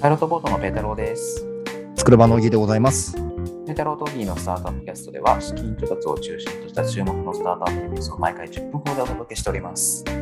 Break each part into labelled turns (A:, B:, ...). A: パイロットボートのペータローです。
B: つくるばのぎでございます。
A: ペータローとギーのスタートアップキャストでは、資金調達を中心とした注目のスタートアップニュースを毎回10分ほどでお届けしております。
B: は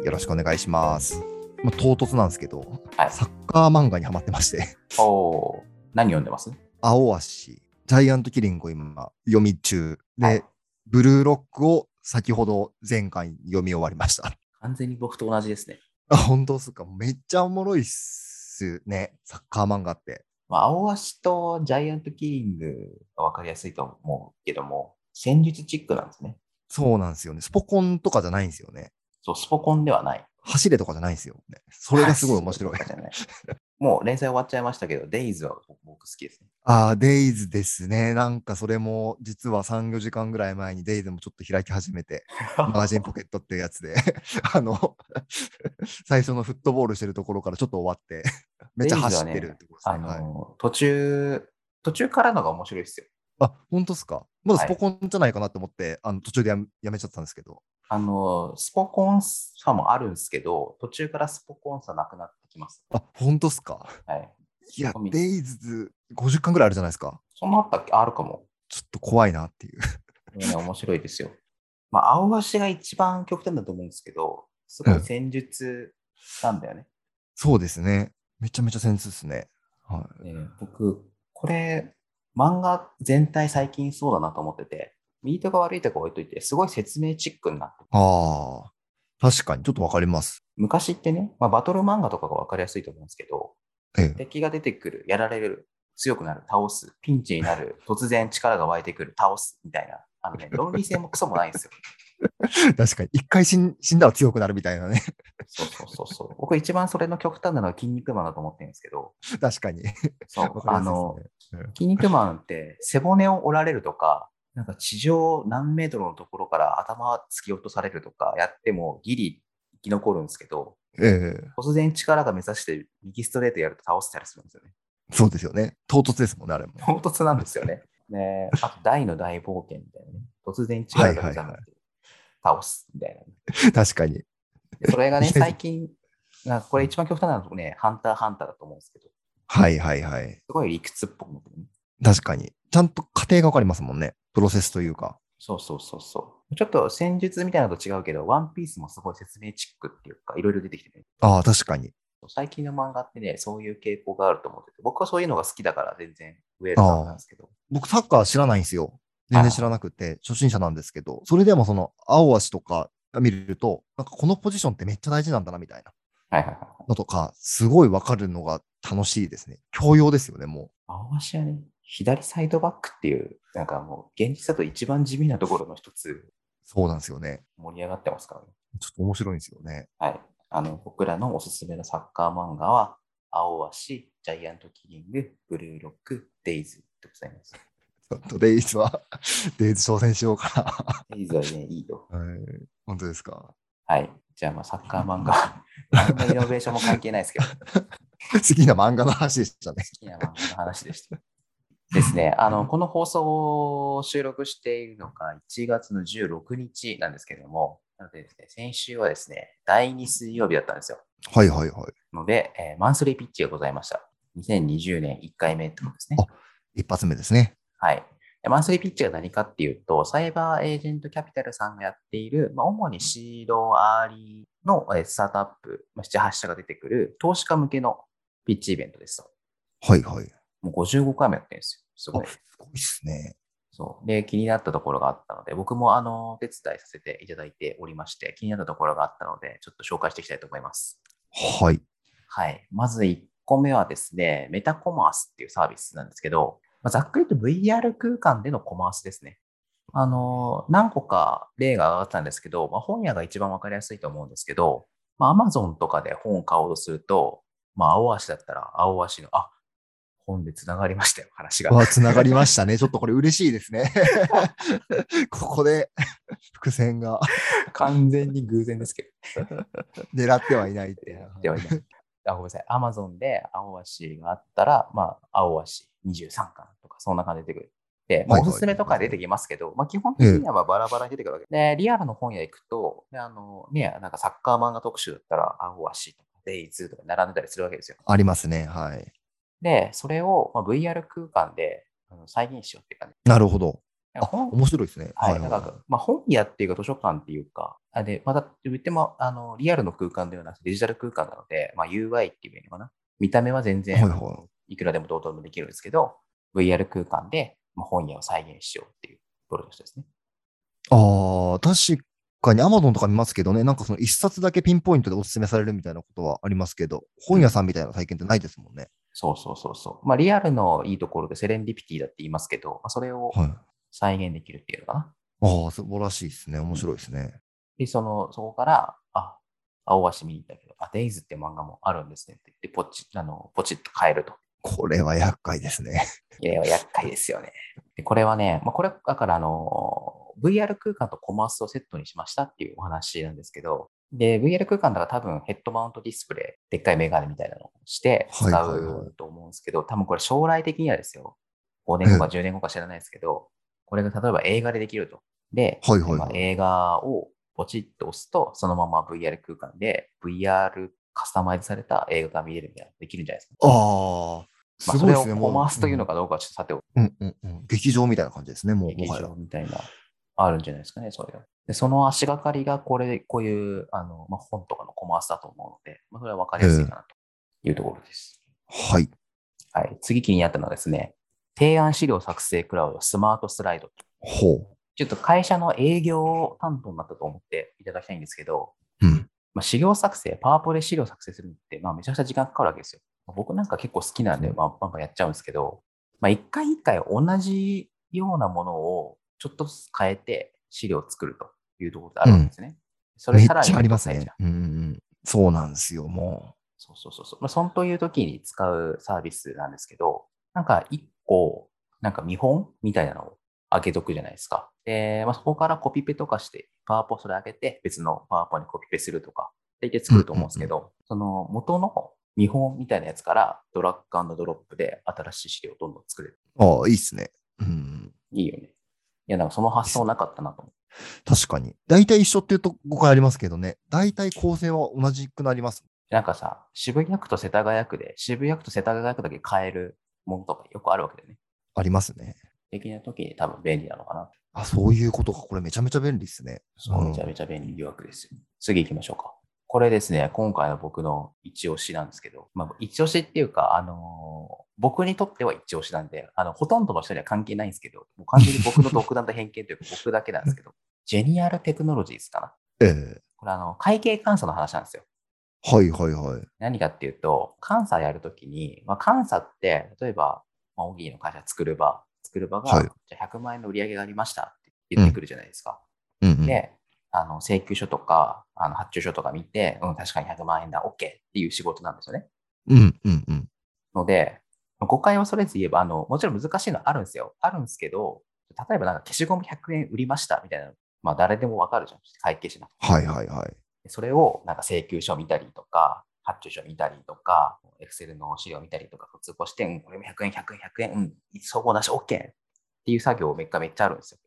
B: いよろしくお願いします。まあ、唐突なんですけど、
A: はい
B: サッカー漫画にハマってまして、
A: おおー、何読んでます
B: 青足、ジャイアントキリングを今読み中で、
A: はい
B: ブルーロックを先ほど前回読み終わりました。
A: 完全に僕と同じですね。
B: あ、本当ですか。めっちゃおもろいっすね。サッカー漫画って。
A: まあ、青足とジャイアントキリングが分かりやすいと思うけども、戦術チックなんですね。
B: そうなんですよね。スポコンとかじゃないんですよね。
A: そう、スポコンではない。
B: 走れとかじゃないんですよ、ね。それがすごい面白い。
A: はそういうことじゃないもう連載終わっちゃいましたけど、デイズは僕好きです ね。
B: ああ、デイズですね。なんかそれも実は3、4時間ぐらい前にデイズもちょっと開き始めて、マガジンポケットっていうやつで、 あの、最初のフットボールしてるところからちょっと終わって、 めっちゃ走ってるってことです
A: あ
B: ね。
A: の、
B: はい、
A: 途中、途中からのが面白いですよ。
B: あ、本当ですか。まだ
A: は
B: ス
A: い
B: ポコンじゃないかなと思って、あの途中でやめやめちゃったんですけど。
A: あの、スポコン差もあるんですけど、途中からスポコン差なくなってきます。
B: あ、本当ですか。
A: はい。
B: いや
A: ごめ、ん
B: デイズ50巻ぐらいあるじゃないですか。
A: そのあったっけあるかも。
B: ちょっと怖いなっていう。
A: これね、面白いですよ。まあ、青足が一番極端だと思うんですけど、すごい戦術なんだよね。
B: そうですね。めちゃめちゃセンスですね。は
A: ね僕、これ、漫画全体最近そうだなと思ってて、ミートが悪いとか置いといて、すごい説明チックになって
B: い、ああ、確かにちょっとわかります。
A: 昔ってね、まあ、バトル漫画とかが分かりやすいと思うんですけど、
B: ええ、
A: 敵が出てくる、やられる、強くなる、倒す、ピンチにな る、突然力が湧いてくる、倒すみたいな、あのね、論理性もクソもないんですよ。
B: 確かに、一回死ん死んだら強くなるみたいなね。
A: そうそうそうそう。僕一番それの極端なのは筋肉マンだと思ってるんですけど、
B: 確かに。
A: そう
B: わ、かり
A: あ
B: やすいです
A: の
B: ね、
A: 筋肉マンって背骨を折られるとか、なんか地上何メートルのところから頭突き落とされるとかやってもギリ生き残るんですけど、
B: ええ
A: 突然力が目指して右ストレートやると倒せたりするんですよね。
B: そうですよね。唐突ですもんね、あれも。
A: 唐突なんです よね。ねあと、大の大冒険みたいなね。突然力が目覚めて倒すみたいなね、
B: 確かに。
A: でそれがね、
B: いやいや
A: 最近、なんかこれ一番極端なのはね、ハンターハンターだと思うんですけど、
B: はいはいはい。
A: すごい理屈っぽくなってね。
B: 確かに。ちゃんと過程がわかりますもんね。プロセスというか。
A: そうそうそうそう。ちょっと戦術みたいなのと違うけど、ワンピースもすごい説明チックっていうか、いろいろ出てきてね。
B: ああ、確かに。
A: 最近の漫画ってね、そういう傾向があると思ってて、僕はそういうのが好きだから全然ウェルカムなんですけど。
B: 僕、サッカー知らないんですよ。全然知らなくて、初心者なんですけど、それでもその、青足とか見ると、なんかこのポジションってめっちゃ大事なんだな、みたいな
A: はいはいはい。
B: のとか、すごいわかるのが楽しいですね。教養ですよね、も
A: 青足はね、左サイドバックっていう、なんかもう、現実だと一番地味なところの一つ、
B: う。そうなんですよね。
A: 盛り上がってますからね。
B: ちょっと面白いんですよね。
A: はい。あの、僕らのおすすめのサッカー漫画は、青足、ジャイアントキリング、ブルーロック、デイズでございます。
B: ちょっとデイズは、 デイズ挑戦しようか
A: デイズはね、いいよ。
B: な。はい本当ですか。
A: はい。じゃあ、まあ、サッカー漫画、漫画イノベーションも関係ないですけど、好
B: 好きな漫画の話でしたね。
A: きな漫画の話でした。ですね。あの、この放送を収録しているのが1月の16日なんですけれども、なのでですね、先週はですね、第2水曜日だったんですよ。
B: はいはいはい。
A: ので、えーマンスリーピッチがございました。2020年1回目ってことですね。
B: 一発目ですね。
A: はい。でマンスリーピッチが何かっていうと、サイバーエージェントキャピタルさんがやっている、まあ、主にシード、アーリーのえースタートアップ、まあ、7、8社が出てくる投資家向けのピッチイベントですと。
B: はいはい。
A: もう55回もやってるんですよ。すごい
B: あ、。すごいっすね。
A: そう。で、気になったところがあったので、僕もあの、お手伝いさせていただいておりまして、気になったところがあったので、ちょっと紹介していきたいと思います。
B: はい。
A: はい。まず1個目はですね、メタコマースっていうサービスなんですけど、まあ、ざっくりと VR 空間でのコマースですね。あのー、何個か例が上がったんですけど、まあ、本屋が一番わかりやすいと思うんですけど、まあ、Amazon とかで本を買おうとすると、まあ、青足だったら、青足の、あ、本でつながりましたよ、話が。
B: わ、つながり ましたね。ちょっとこれ嬉しいですね。 ここで、 伏線が
A: 完全に偶然ですけど。
B: 狙ってはいないってい
A: や
B: う。
A: ってはいない。 あごめんなさい。アマゾンで青足があったら、まあ、青足23巻とか、そんな感じで出てくる。で、まあ
B: はいはい
A: おすすめとか出てきますけど、まあ、基本的にはまあバラバラに出てくるわけで、リアルの本屋行くと、であのね、なんかサッカー漫画特集だったら、青足とか、デイズとか並んでたりするわけですよ。
B: ありますね。はい。
A: で、それを、まあ、VR 空間であの再現しようっていうかね。
B: なるほど。
A: なんか、
B: あ
A: 本
B: 面白いですね。
A: はい、なんか、まあ、本屋っていうか図書館っていうか、あで、また言っても、あの、リアルの空間ではなくてデジタル空間なので、まあ、UI っていうのかな。見た目は全
B: はい
A: 然
B: はい
A: くらでもどうとでもできるんですけど、VR 空間で、まあ、本屋を再現しようっていうプロジェクトですね。
B: い。ああ、確かに Amazon とか見ますけどね、なんかその一冊だけピンポイントでお勧めされるみたいなことはありますけど、本屋さんみたいな体験ってないですもんね。
A: そうそうそうそう。まあ、リアルのいいところでセレンディピティだって言いますけど、まあ、それを
B: はい。
A: 再現できるっていうのかな。
B: ああ、素晴らしいですね。面白いですね。
A: で、その、そこから、あ、青足見に行ったけど、あ、デイズって漫画もあるんですねって言って、ポチあのポチッと変えると。
B: これは厄介ですね。
A: いや、厄介ですよね。でこれはね、まあ、これ、だから、あの、VR 空間とコマースをセットにしましたっていうお話なんですけど、で、VR 空間だから多分ヘッドマウントディスプレイ、でっかいメガネみたいなのをして使
B: はいはいは
A: うと思うんですけど、多分これ将来的にはですよ、5年後か10年後か知らないですけど、これが例えば映画でできると。で、
B: はいはいはい
A: まあ映画をポチッと押すと、そのまま VR 空間で VR カスタマイズされた映画が見れるみたいなのできるんじゃないですか。
B: ああ、す
A: まあ、そ
B: ごい
A: れ
B: で
A: を
B: すね。
A: コマースというのか
B: か。
A: どうかはちょっとさておき
B: うんうんうん。劇場みたいな感じですね、もうも
A: 劇
B: はや
A: 場。みたいな、あるんじゃないですかね、そういうの。で、その足がかりが、これ、こういう、あの、まあ、本とかのコマースだと思うので、まあ、それは分かりやすいかなというところです。
B: はい。
A: はい。次気になったのはですね、提案資料作成クラウドスマートスライド。
B: ほ
A: ちょっと会社の営業担当になったと思っていただきたいんですけど、
B: う。うん。
A: まあ、資料作成、パワーポで資料作成するのって、まあ、めちゃくちゃ時間かかるわけですよ。まあ僕なんか結構好きなんで、まあ、バンバンやっちゃうんですけど、まあ、一回一回同じようなものをちょっとずつ変えて資料を作るというところであるんですね。それ
B: めっ
A: さらに
B: ちゃあります
A: めんど
B: ね
A: くさい。
B: うんうんうん。そうなんですよ、も
A: じゃんそうそうそうそう。まあ、そんという時に使うサービスなんですけど、なんか一個、なんか見本みたいなのを上げとくじゃないですか。で、まあ、そこからコピペとかして、パワーポそれ上げて、別のパワーポにコピペするとか、って言って作ると思うんですけど、その元の見本みたいなやつからドラッグドロップで新しい資料をどんどん作れる。
B: う。ああ、いいっすね。うん。
A: いいよね。いや、なんかその発想なかったなと思って。
B: 確かに。大体一緒っていうと誤解ありますけどね。大体構成は同じくなります。
A: なんかさ、渋谷区と世田谷区で、渋谷区と世田谷区だけ変えるものとかよくあるわけだよね。
B: ありますね。
A: 的な時に多分便利なのかな。
B: あ、そういうことか。これめちゃめちゃ便利ですね。
A: そう
B: うん
A: めちゃめちゃ便利疑惑ですよ。次行きましょうか。これですね、今回の僕の一押しなんですけど、まあ、一押しっていうか、あのー僕にとっては一押しなんで、あの、ほとんどの人には関係ないんですけど、もう完全に僕の独断と偏見というか、僕だけなんですけ ど、ジェニアルテクノロジーズかな。
B: ええ
A: これ、あの、会計監査の話なんですよ。
B: はいはいはい。
A: 何かっていうと、監査やるときに、まあ、監査って、例えば、まあ、オギーの会社作る場、作る場が、
B: はい
A: じゃあ100万円の売り上げがありましたって言ってくるじゃないですか。
B: うんうん、
A: で、あの請求書とかあの発注書とか見て、うん、確かに100万円だ、OK っていう仕事なんですよね。
B: うんうんうん。
A: ので、誤解を恐れず言えば、あのもちろん難しいのはあるんですよ。あるんですけど、例えばなんか消しゴム100円売りましたみたいなの、まあ、誰でもわかるじゃん、会計しなくて。
B: はいはいはい。
A: それをなんか請求書見たりとか、発注書見たりとか、Excel の資料見たりとか、通行して、うん、これも100円、100円、100円、うん、総合なし OK っていう作業めっちゃめっちゃあるんですよ。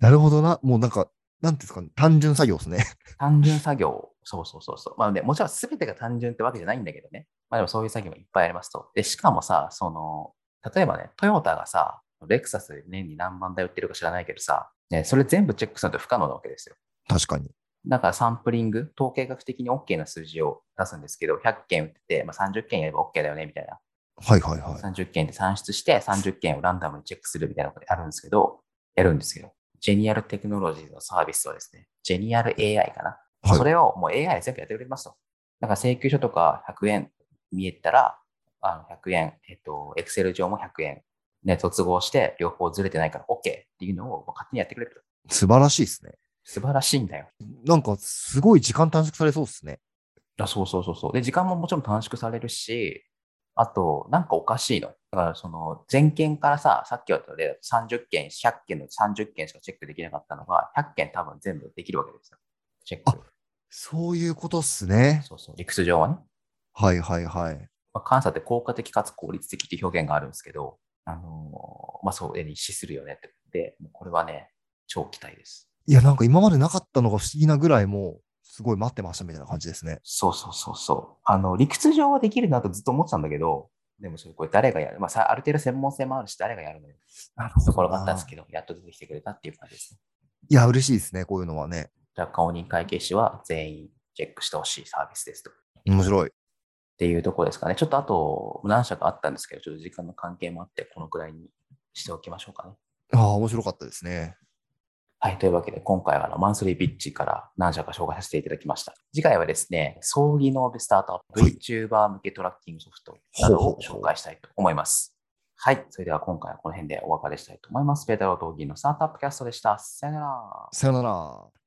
B: なるほどな。もうなんか、なんていうんですかね。単純作業ですね。
A: 単純作業、そうそうそうそう。まあね、もちろん全てが単純ってわけじゃないんだけどね。まあでもそういう作業もいっぱいありますと。で、しかもさ、その、例えばね、トヨタがさ、レクサス年に何万台売ってるか知らないけどさ、ね、それ全部チェックすると不可能なわけですよ。
B: 確かに。
A: だからサンプリング、統計学的に OK な数字を出すんですけど、100件売ってて、まあ、30件やれば OK だよね、みたいな。
B: はいはいはい。
A: 30件で算出して、30件をランダムにチェックするみたいなことやるんですけど、やるんですけど、ジェニアルテクノロジーのサービスはですね、ジェニアル AI かな。
B: はい
A: それをもう AI で全部やってくれますと。だから請求書とか100円見えたら、あの100円、えっと、Excel 上も100円、ね、突合して両方ずれてないから OK っていうのをもう勝手にやってくれると。
B: 素晴らしいですね。
A: 素晴らしいんだよ。
B: なんか、すごい時間短縮されそうですね。
A: あそうそうそうそう。で、時間ももちろん短縮されるし、あと、なんかおかしいの。だから、その、全件からさ、さっき言ったで、30件、100件の30件しかチェックできなかったのが、100件多分全部できるわけですよ。チェック。
B: そういうことっすね。
A: そうそう。理屈上はね。
B: はいはいはい。
A: まあ、監査って効果的かつ効率的っていう表現があるんですけど、あのーまあ、それに資するよねって。で、もうこれはね、超期待です。
B: いや、なんか今までなかったのが不思議なぐらいもう、すごい待ってましたみたいな感じですね。
A: そうそうそうそう。あの、理屈上はできるなとずっと思ってたんだけど、でもそれこれ誰がやる、まあさ、ある程度専門性もあるし、誰がやるのよ
B: なる
A: ところがあったんですけど、やっと出てきてくれたっていう感じですね。
B: いや、嬉しいですね、こういうのはね。
A: 若干公認会計士は全員チェックしてほしいサービスですと。っ
B: 面白い。
A: ていうところですかね。ちょっとあと何社かあったんですけど、ちょっと時間の関係もあって、このくらいにしておきましょうかね。
B: ああ、面白かったですね。
A: はい。というわけで、今回はあのマンスリーピッチから何社か紹介させていただきました。次回はですね、葬儀のスタートア
B: はい
A: ップ、VTuber 向けトラッキングソフトなどを紹介したいと思います。はい。それでは今回はこの辺でお別れしたいと思います。ペータロー・トーギーのスタートアップキャストでした。さよなら。
B: さよなら。